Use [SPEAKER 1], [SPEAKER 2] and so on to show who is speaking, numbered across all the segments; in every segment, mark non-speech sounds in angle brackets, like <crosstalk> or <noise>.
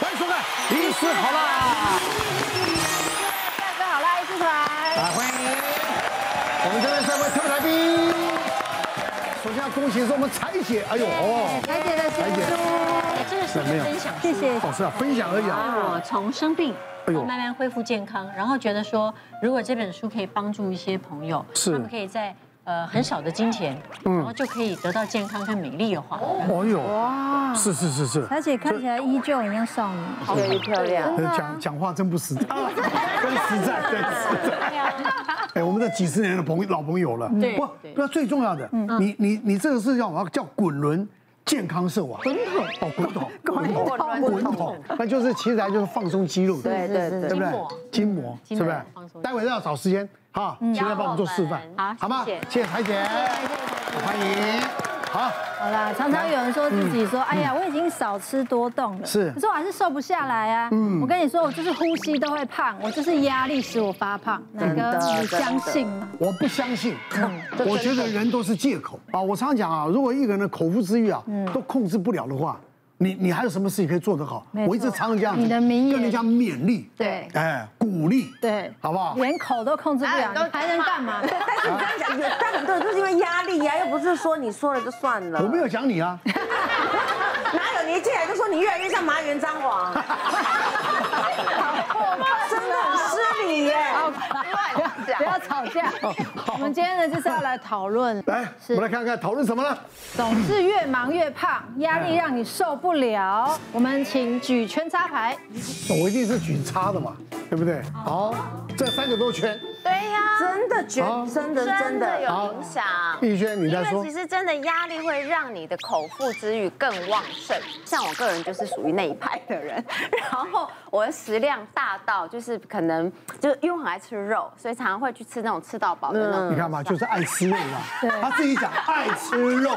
[SPEAKER 1] 医师好啦，
[SPEAKER 2] 大家好啦，一师团。
[SPEAKER 1] 啊，欢迎我们这边三位特别来宾。首先要恭喜是我们彩姐，哎呦哦，
[SPEAKER 2] 台姐的新书，
[SPEAKER 3] 这个是
[SPEAKER 1] 没有
[SPEAKER 3] 分享
[SPEAKER 2] 谢谢。
[SPEAKER 1] 老师啊，分享而已啊。
[SPEAKER 3] 我从生病。
[SPEAKER 1] 哎呦
[SPEAKER 3] 慢慢恢复健康，然后觉得说，如果这本书可以帮助一些朋友，
[SPEAKER 1] 是嗯
[SPEAKER 3] 他们可以在呃很少的金钱，然后就可以得到健康跟美丽的话，
[SPEAKER 1] 哦呦，是是是是，
[SPEAKER 4] 而且看起来依旧很像少女。
[SPEAKER 1] 嗯
[SPEAKER 2] 漂亮。
[SPEAKER 1] 呃讲讲话真不 <laughs> 实在，啊真实在，对，实在。哎，我们这几十年的朋友老朋友了，
[SPEAKER 3] 对
[SPEAKER 1] 不，
[SPEAKER 3] 对
[SPEAKER 1] 那最重要的，你你你这个是让我要叫滚轮健康瘦啊，滚筒哦，滚筒，滚筒，滚筒，那就是其实来就是放松肌肉的，
[SPEAKER 2] 对对对
[SPEAKER 1] 对不对
[SPEAKER 3] 筋膜？
[SPEAKER 1] 筋膜是
[SPEAKER 3] 筋
[SPEAKER 1] 不
[SPEAKER 3] 膜
[SPEAKER 1] 是
[SPEAKER 3] 放？松
[SPEAKER 1] 待会要找时间哈，现在帮我们做示范，
[SPEAKER 3] 好
[SPEAKER 1] 好吗？
[SPEAKER 3] 谢谢
[SPEAKER 1] 谢谢台姐，欢迎，好，
[SPEAKER 4] 好啦，常常有人说自己说，哎呀，我已经少吃多动了，
[SPEAKER 1] 嗯是嗯
[SPEAKER 4] 可是我还是瘦不下来啊。我跟你说，我就是呼吸都会胖，我就是压力使我发胖。哪个你相信吗？
[SPEAKER 1] 我不相信，我觉得人都是借口啊！我常讲啊，如果一个人的口腹之欲啊，都控制不了的话，你你还有什么事情可以做得好
[SPEAKER 4] 没？错
[SPEAKER 1] 我一直常常这样子，
[SPEAKER 4] 你的名言
[SPEAKER 1] 跟人家勉励，
[SPEAKER 4] 对
[SPEAKER 1] 哎，鼓励，
[SPEAKER 4] 对，
[SPEAKER 1] 好不好？
[SPEAKER 4] 连口都控制不了，
[SPEAKER 2] 哎都
[SPEAKER 4] 你还能
[SPEAKER 2] <laughs>
[SPEAKER 5] <laughs>
[SPEAKER 4] 干嘛？
[SPEAKER 5] 但是你这样讲，有但很多人都是因为压力呀、又不是说你说了就算了。
[SPEAKER 1] 我没有讲你啊，
[SPEAKER 5] 哪有你一进来就说你越来越像麻原彰晃，真的很失礼耶。
[SPEAKER 4] 不要吵架。 <laughs> 我们今天呢，就是要来讨论，
[SPEAKER 1] 哦来，我
[SPEAKER 4] 是
[SPEAKER 1] 们来看看讨论什么呢？
[SPEAKER 4] 总是越忙越胖，压
[SPEAKER 1] 哎
[SPEAKER 4] 力让你受不了。我们请举圈插牌，
[SPEAKER 1] 我一定是举叉的嘛，对不对？好，这三个都圈，
[SPEAKER 6] 对呀、
[SPEAKER 5] 真的绝
[SPEAKER 1] 好，
[SPEAKER 5] 真的啊真
[SPEAKER 6] 真的
[SPEAKER 5] 的，
[SPEAKER 6] 有影响。
[SPEAKER 1] 逸轩你
[SPEAKER 6] 因
[SPEAKER 1] 在说
[SPEAKER 6] 为其，实真的压力会让你的口腹之欲更旺盛，像我个人就是属于那一派的人， <laughs> 然后我的食量大到就是可能就是因为我很爱吃肉，所以常常会去吃那种吃到饱的那
[SPEAKER 4] 嗯
[SPEAKER 6] 种。
[SPEAKER 1] 你看嘛，就是爱吃肉
[SPEAKER 4] <laughs>
[SPEAKER 1] 嘛，他自己讲爱吃肉，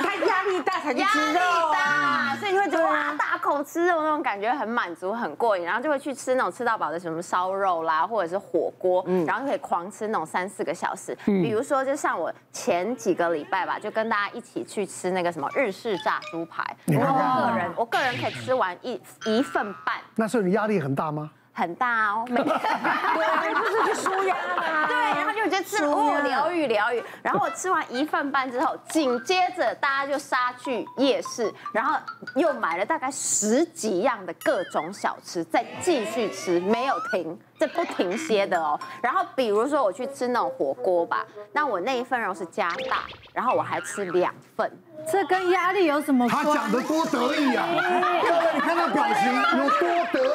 [SPEAKER 5] 他压力大才去
[SPEAKER 6] 压
[SPEAKER 5] 吃
[SPEAKER 6] 力
[SPEAKER 5] 肉。
[SPEAKER 6] 大，啊所以你会觉得哇，大口吃肉那种感觉很满足、很过瘾，然后就会去吃那种吃到饱的什么烧肉啦，或者是火锅，然后就可以狂吃那种三四个小时。比如说，就像我前几个礼拜吧，就跟大家一起去吃那个什么日式炸猪排，
[SPEAKER 1] 你
[SPEAKER 6] 我
[SPEAKER 1] 看看
[SPEAKER 6] 个人我个人可以吃完一一份半，
[SPEAKER 1] 那时候你压力很大吗？
[SPEAKER 6] 很大哦， <laughs> 每天。
[SPEAKER 5] 对啊，就是去舒压啦。
[SPEAKER 6] 对，然后就觉得吃了哦，疗愈疗愈。然后我吃完一份半之后，紧接着大家就杀去夜市，然后又买了大概十几样的各种小吃，再继续吃，没有停，这不停歇的哦。然后比如说我去吃那种火锅吧，那我那一份肉是加大，然后我还吃两份。
[SPEAKER 4] 这跟压力有什么
[SPEAKER 1] 他
[SPEAKER 4] 关？
[SPEAKER 1] 讲的多得意啊！各位，你看他表情有多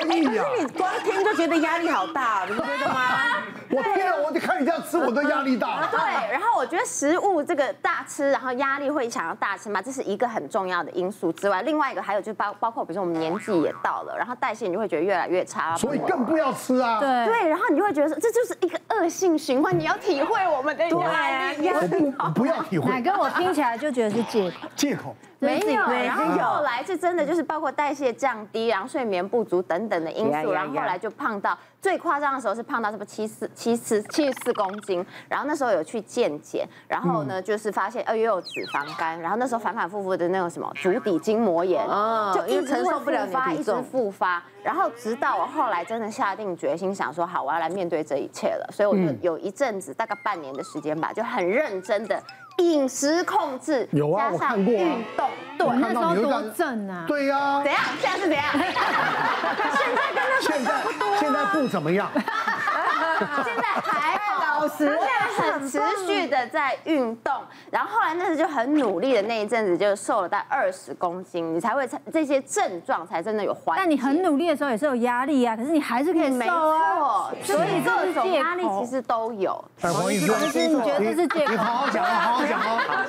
[SPEAKER 5] 哎
[SPEAKER 1] 得意
[SPEAKER 4] <laughs>
[SPEAKER 1] 呀、啊！
[SPEAKER 5] 你光听就觉得压力好大，你不觉得吗？
[SPEAKER 1] 我天啊！我就看你这样吃，我都压力大了。
[SPEAKER 6] 啊对，然后我觉得食物这个大吃，然后压力会想要大吃嘛，这是一个很重要的因素之外，另外一个还有就包包括比如说我们年纪也到了，然后代谢你就会觉得越来越差，啊
[SPEAKER 1] 所以更不要吃啊！
[SPEAKER 4] 对
[SPEAKER 6] 对，然后你就会觉得说这就是一个恶性循环，你要体会我们的
[SPEAKER 5] 啊
[SPEAKER 6] 压力。
[SPEAKER 1] 我不我不要体 <laughs>
[SPEAKER 4] 哪
[SPEAKER 1] 会
[SPEAKER 4] 个我听起来就觉得是 <laughs> 借口？
[SPEAKER 1] 借口。
[SPEAKER 6] 没有，
[SPEAKER 4] 对
[SPEAKER 6] 然后后来是真的就是包括代谢降低，然后睡眠不足等等的因
[SPEAKER 5] 嗯呀呀
[SPEAKER 6] 素，然后
[SPEAKER 5] 呀
[SPEAKER 6] 后来就胖到最夸张的时候是胖到什么七四七四七十四公斤，然后那时候有去健检，然后
[SPEAKER 5] 嗯
[SPEAKER 6] 呢就是发现呃又有脂肪肝，然后那时候反反复复的那种什么足底筋膜炎，
[SPEAKER 5] 哦
[SPEAKER 6] 就
[SPEAKER 5] 因
[SPEAKER 6] 一
[SPEAKER 5] 为
[SPEAKER 6] 直
[SPEAKER 5] 承受不了
[SPEAKER 6] 会复
[SPEAKER 5] 你
[SPEAKER 6] 发
[SPEAKER 5] 的体
[SPEAKER 6] 一直
[SPEAKER 5] 重
[SPEAKER 6] 复发，然后直到我后来真的下定决心想说好我要来面对这一切了，所以我就
[SPEAKER 5] 嗯
[SPEAKER 6] 有一阵子大概半年的时间吧，就很认真的。饮食控制，
[SPEAKER 1] 有啊
[SPEAKER 6] 加
[SPEAKER 1] 我
[SPEAKER 6] 上
[SPEAKER 1] 看过啊
[SPEAKER 6] 运动，对，
[SPEAKER 1] 我
[SPEAKER 4] 那
[SPEAKER 1] 看
[SPEAKER 4] 时
[SPEAKER 1] 到
[SPEAKER 4] 候
[SPEAKER 1] 你有
[SPEAKER 4] 多
[SPEAKER 1] 点
[SPEAKER 4] 正啊！
[SPEAKER 1] 对呀、
[SPEAKER 6] 怎样？现在是怎样？现在跟那时
[SPEAKER 1] 现在现在不怎么
[SPEAKER 4] <laughs>
[SPEAKER 1] 样，
[SPEAKER 6] 候现在还好，老实，现在很持续的在运动，然后后来那时候就很努力的那一阵子，就瘦了大概二十公斤，你才会这些症状才真的有缓解。
[SPEAKER 4] 但你很努力的时候也是有压力啊，可是你还是可以
[SPEAKER 6] 嗯没
[SPEAKER 4] 瘦啊。
[SPEAKER 6] 错，
[SPEAKER 4] 所以这
[SPEAKER 6] 各
[SPEAKER 4] 是
[SPEAKER 6] 种
[SPEAKER 4] 借
[SPEAKER 6] 压力
[SPEAKER 4] 口
[SPEAKER 6] 其实都有。
[SPEAKER 1] 哎，黄医师，
[SPEAKER 4] 可是你觉得这是借
[SPEAKER 1] 你
[SPEAKER 4] 口？
[SPEAKER 1] 好好讲啊，好好讲啊。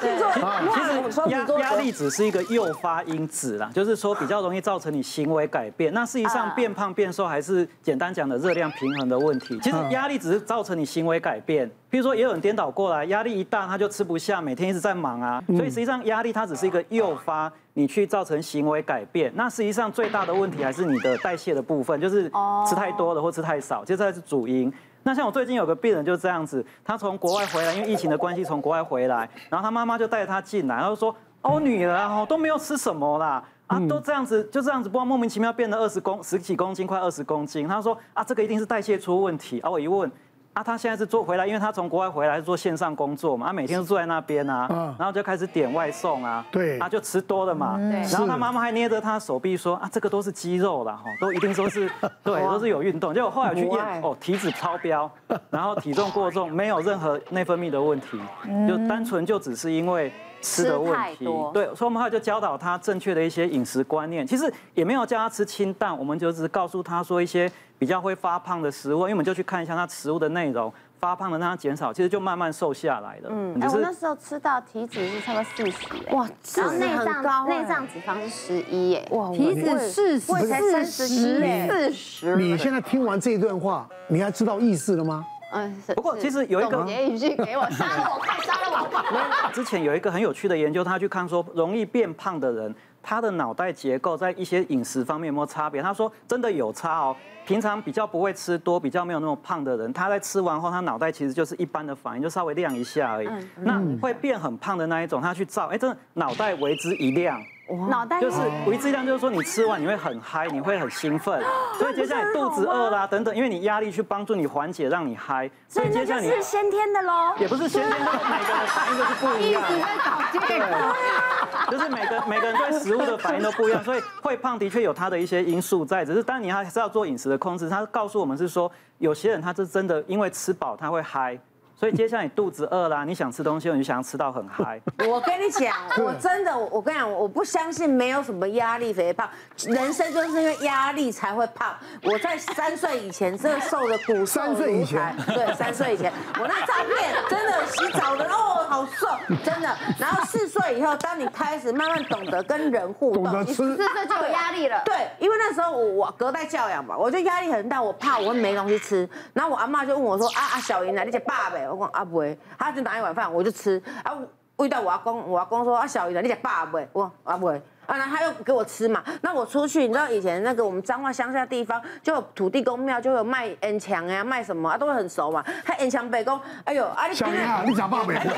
[SPEAKER 5] 其实
[SPEAKER 7] 压压力只是一个诱发因子啦，就是说比较容易造成你行为改变。那事实上，
[SPEAKER 6] 啊
[SPEAKER 7] 变胖变瘦还是简单讲的热量平衡的问题。其实压力只是造成你行为改变。譬如说，也有人颠倒过来，压力一大他就吃不下，每天一直在忙啊。所以实际上，压力它只是一个诱发你去造成行为改变。那实际上最大的问题还是你的代谢的部分，就是吃太多了或吃太少，这才是主因。那像我最近有个病人就这样子，他从国外回来，因为疫情的关系从国外回来，然后他妈妈就带他进来，然后说：“哦，女儿啊，哦都没有吃什么啦。”啊，都这样子就这样子，不知道莫名其妙变得二十公十几公斤，快二十公斤。他说啊，这个一定是代谢出问题啊。我一问。啊，他现在是做回来，因为他从国外回来是做线上工作嘛，他每天都坐在那边啊
[SPEAKER 1] 嗯，
[SPEAKER 7] 然后就开始点外送啊，
[SPEAKER 1] 对
[SPEAKER 7] 啊就吃多了嘛，
[SPEAKER 6] 对
[SPEAKER 7] 然后他妈妈还捏着他的手臂说啊，这个都是肌肉啦，哈，都一定都是对，都是有运动。结果后来我去
[SPEAKER 5] 国外
[SPEAKER 7] 验，哦，体脂超标，然后体重过重，没有任何内分泌的问题，就单纯就只是因为吃的
[SPEAKER 6] 嗯
[SPEAKER 7] 问
[SPEAKER 6] 吃太
[SPEAKER 7] 题
[SPEAKER 6] 多，
[SPEAKER 7] 对，所以我们后来就教导他正确的一些饮食观念。其实也没有叫他吃清淡，我们就只是告诉他说一些比较会发胖的食物，因为我们就去看一下他食物的内容，发胖的让他减少，其实就慢慢瘦下来了。嗯，
[SPEAKER 6] 哎，
[SPEAKER 7] 只
[SPEAKER 6] 我那
[SPEAKER 7] 是
[SPEAKER 6] 时候吃到体脂是差不多四十，哇，
[SPEAKER 5] 哇，
[SPEAKER 6] 然后
[SPEAKER 5] 脂
[SPEAKER 6] 内
[SPEAKER 5] 很
[SPEAKER 6] 脏
[SPEAKER 5] 高哎
[SPEAKER 6] 内脏脂肪是十一，哎，欸哇，
[SPEAKER 4] 体脂四
[SPEAKER 6] 我也才三
[SPEAKER 4] 十
[SPEAKER 6] 十
[SPEAKER 4] 四
[SPEAKER 6] 一，
[SPEAKER 4] 十
[SPEAKER 6] 哎，
[SPEAKER 4] 哎，
[SPEAKER 6] 四十，
[SPEAKER 1] 你现在听完这一段话，你还知道意思了吗？
[SPEAKER 6] 嗯，
[SPEAKER 7] 不过其实有一个
[SPEAKER 6] 总结一句给我，杀了我快，杀了我快。
[SPEAKER 7] 之前有一个很有趣的研究，他去看说容易变胖的人，他的脑袋结构在一些饮食方面有没有差别？他说真的有差哦。平常比较不会吃多，比较没有那么胖的人，他在吃完后，他脑袋其实就是一般的反应，就稍微亮一下而已。那会变很胖的那一种，他去照，哎，真的脑袋为之一亮。
[SPEAKER 6] <laughs> 脑袋
[SPEAKER 7] 就是维质量，就是说你吃完你会很嗨，你会很兴奋，所以接下来肚子饿啦等等，因为你压力去帮助你缓解，让你嗨，所以接下来你
[SPEAKER 5] 先天的喽。
[SPEAKER 7] 也不是先天的，每个人的反应就是不一样。就是每个每个人对食物的反应都不一样，所以会胖的确有它的一些因素在，只是当你还是要做饮食的控制。他告诉我们是说，有些人他是真的因为吃饱他会嗨。所以接下来你肚子饿啦，你想吃东西，你就想要吃到很嗨。
[SPEAKER 5] <laughs> 我跟你讲，我真的，我跟你讲，我不相信没有什么压力肥胖，人生就是因为压力才会胖。我在三岁以前真的瘦的骨瘦
[SPEAKER 1] 三
[SPEAKER 5] 如柴
[SPEAKER 1] 岁以前
[SPEAKER 5] 对，三岁以前，我那照片真的洗澡的哦，好瘦，真的。然后四岁以后，当你开始慢慢懂得跟人互动，
[SPEAKER 1] 懂得
[SPEAKER 5] 你
[SPEAKER 1] 吃
[SPEAKER 6] 四岁就有压力了。
[SPEAKER 5] 对，因为那时候我我隔代教养嘛，我就压力很大，我怕我会没东西吃。然后我阿妈就问我说：“啊啊，小莹啊，你吃爸呗？”我讲啊不会，她就拿一碗饭我就吃。啊，我遇到我阿公，我阿公说：“啊，小莹啊，你吃爸呗？”我讲啊不会。啊，然后他又给我吃嘛。那我出去，你知道以前那个我们彰化乡下地方，就有土地公庙，就有卖烟墙呀，卖什么啊，都会很熟嘛。他烟墙北公，哎呦，啊你
[SPEAKER 1] 小
[SPEAKER 5] 今
[SPEAKER 1] 爷
[SPEAKER 5] 天
[SPEAKER 1] 啊，你讲
[SPEAKER 4] <laughs>
[SPEAKER 1] 爸爸。
[SPEAKER 5] <laughs> 伊来问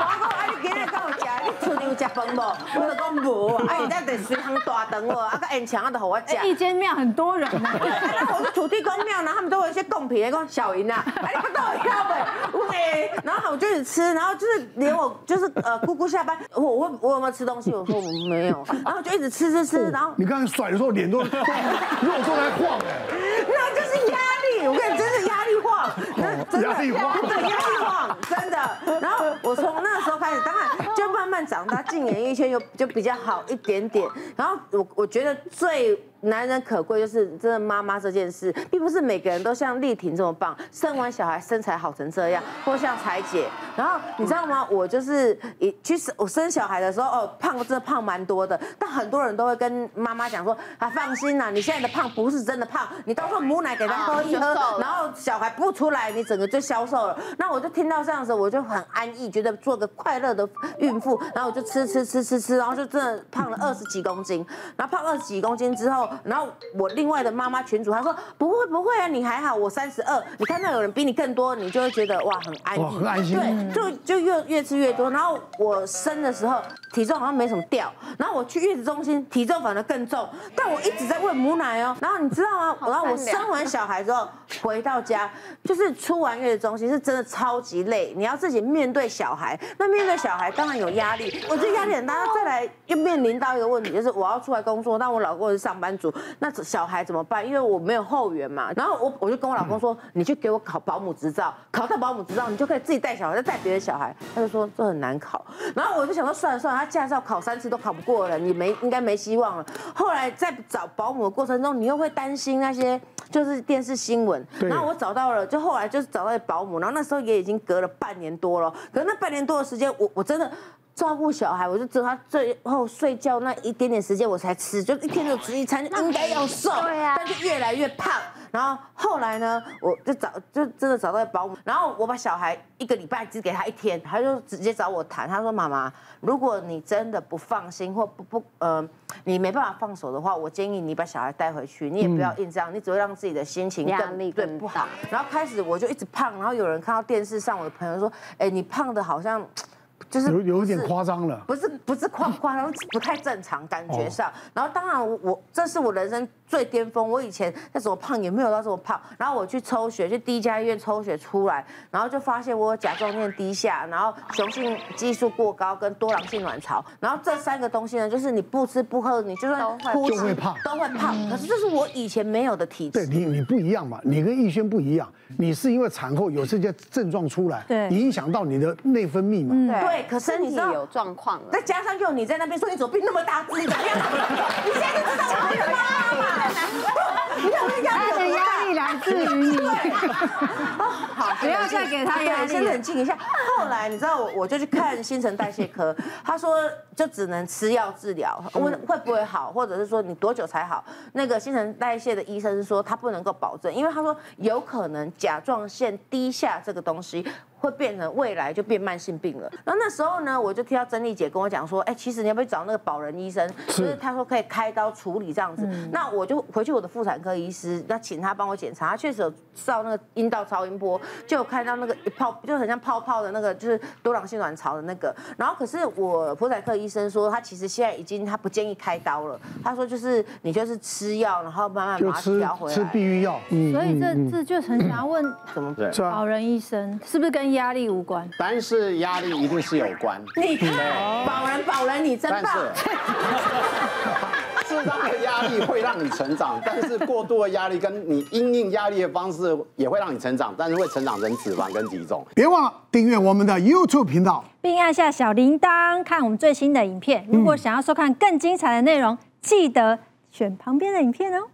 [SPEAKER 5] 我讲，啊，你今日敢有食？你厝里有食饭无？我就讲无啊。啊，伊才就随行大肠哦，啊，个烟肠啊，就互我食。
[SPEAKER 4] 一间庙很多人啊，
[SPEAKER 5] <laughs> 然后我是土地公庙，然后他们都有一些贡品，讲小银啊，哎，你不到要呗，喂，然哎后我就一直吃，然后就是连我就是呃姑姑下班，我我我有没有吃东西？我说我没有，然后就一直吃吃吃，然后 <laughs>
[SPEAKER 1] 你刚才甩的时候脸都 <laughs> 肉都在晃哎，
[SPEAKER 5] 那就是压力，我跟你真是压力晃，那真的
[SPEAKER 1] 压力晃
[SPEAKER 5] 真的压力晃，真的。然后我从那时候开始，当然就慢慢长大，进演艺圈就就比较好一点点。然后我我觉得最难能可贵就是真的妈妈这件事，并不是每个人都像丽婷这么棒，生完小孩身材好成这样，或像彩姐。然后你知道吗？我就是一去生我生小孩的时候，哦，胖真的胖蛮多的，但很多人都会跟妈妈讲说啊，放心啦、你现在的胖不是真的胖，你到时候母奶给他喝一喝，
[SPEAKER 6] 啊就瘦了
[SPEAKER 5] 然后小孩不出来，你整个就消瘦了。那我就听到这样子，我就很安逸，觉得做个快乐的孕妇，然后我就吃吃吃吃吃，然后就真的胖了二十几公斤。然后胖二十几公斤之后，然后我另外的妈妈群主她说不会不会啊，你还好，我三十二，你看到有人比你更多，你就会觉得哇很安逸，
[SPEAKER 1] 哇很安心
[SPEAKER 5] 对，就就越越吃越多。然后我生的时候体重好像没什么掉，然后我去月子中心体重反而更重，但我一直在喂母奶哦。然后你知道吗？然后我生完小孩之后回到家，就是出完月子中心是真的超级累，你要自己面对小孩，那面对小孩当然有压力，我觉得压力很大。再来又面临到一个问题，就是我要出来工作，但我老公是上班族，那小孩怎么办？因为我没有后援嘛。然后我我就跟我老公说，你去给我考保姆执照，考到保姆执照，你就可以自己带小孩，再带别的小孩。他就说这很难考。然后我就想说算了算了，他驾照考三次都考不过了，你没应该没希望了。后来在找保姆的过程中，你又会担心那些就是电视新闻。
[SPEAKER 1] 对
[SPEAKER 5] 然后我找到了，就后来就是找到保姆，然后那时候也已经隔了半年多了。可是那半年多的时间，我我真的。照顾小孩，我就只有他最后睡觉那一点点时间我才吃，就一天就吃一餐，应该要瘦，
[SPEAKER 6] 对啊
[SPEAKER 5] 但是越来越胖。然后后来呢，我就找就真的找到保姆，然后我把小孩一个礼拜只给他一天，他就直接找我谈，他说妈妈，如果你真的不放心或不不呃，你没办法放手的话，我建议你把小孩带回去，你也不要硬这样，你只会让自己的心情
[SPEAKER 6] 压
[SPEAKER 5] 更
[SPEAKER 6] 力
[SPEAKER 5] 对
[SPEAKER 6] 更
[SPEAKER 5] 不
[SPEAKER 6] 大
[SPEAKER 5] 好。然后开始我就一直胖，然后有人看到电视上我的朋友说，哎，你胖的好像。就是
[SPEAKER 1] 有有点
[SPEAKER 5] 是
[SPEAKER 1] 夸张了。
[SPEAKER 5] 不是不是夸夸张，不太正常，感觉上。
[SPEAKER 1] 哦
[SPEAKER 5] 然后当然我我这是我人生最巅峰，我以前那怎么胖也没有到这么胖。然后我去抽血，去第一家医院抽血出来，然后就发现我有甲状腺低下，然后雄性激素过高跟多囊性卵巢，然后这三个东西呢，就是你不吃不喝，你就算呼
[SPEAKER 1] 就会胖
[SPEAKER 5] 都会胖。可是这是我以前没有的体
[SPEAKER 1] 对
[SPEAKER 5] 质。
[SPEAKER 1] 你，你不一样嘛，你跟逸轩不一样，你是因为产后有这些症状出来，
[SPEAKER 4] 对
[SPEAKER 1] 影响到你的内分泌嘛。
[SPEAKER 5] 对可是
[SPEAKER 6] 身
[SPEAKER 5] 你
[SPEAKER 6] 体
[SPEAKER 5] 知道
[SPEAKER 6] 有状况了。
[SPEAKER 5] 再加上又你在那边说你怎么变那么大只，你怎么样？你现在就知道我是妈妈了， <laughs> 你看我的压力
[SPEAKER 4] 他的
[SPEAKER 5] 有多
[SPEAKER 4] 压
[SPEAKER 5] 大？
[SPEAKER 4] 力来自于你，
[SPEAKER 5] 好，
[SPEAKER 4] 不要再给他压力
[SPEAKER 5] 对先冷静一下。后来你知道我哦我就去看新陈代谢科，他说就只能吃药治疗，问会不会好，或者是说你多久才好？那个新陈代谢的医生说他不能够保证，因为他说有可能甲状腺低下这个东西。会变成未来就变慢性病了。然后那时候呢，我就听到珍妮姐跟我讲说，哎，其实你要不要去找那个保人医生？就是他说可以开刀处理这样子。那我就回去我的妇产科医师，那请他帮我检查，他确实有照那个阴道超音波，就有看到那个一泡，就很像泡泡的那个，就是多囊性卵巢的那个。然后可是我妇产科医生说，他其实现在已经他不建议开刀了，他说就是你就是吃药，然后慢慢
[SPEAKER 1] 就
[SPEAKER 5] 把它
[SPEAKER 1] 吃
[SPEAKER 5] 调回来。
[SPEAKER 1] 吃避孕药，嗯，
[SPEAKER 4] 所以这这就很想要问
[SPEAKER 5] 怎么
[SPEAKER 1] 是啊
[SPEAKER 4] 老，人医生，是不是跟压力无关？
[SPEAKER 8] 答案是压力一定是有关，
[SPEAKER 5] 你看，保人保人，你真
[SPEAKER 8] 但
[SPEAKER 5] 棒！
[SPEAKER 8] 是 <laughs> 适当的压力会让你成长，但是过度的压力跟你因应压力的方式也会让你成长，但是会成长成脂肪跟体重。
[SPEAKER 1] 别忘了订阅我们的 YouTube 频道。
[SPEAKER 4] 并按下小铃铛看我
[SPEAKER 1] 嗯
[SPEAKER 4] 们最新的影片。如果想要收看更精彩的内容，记得选旁边的影片哦。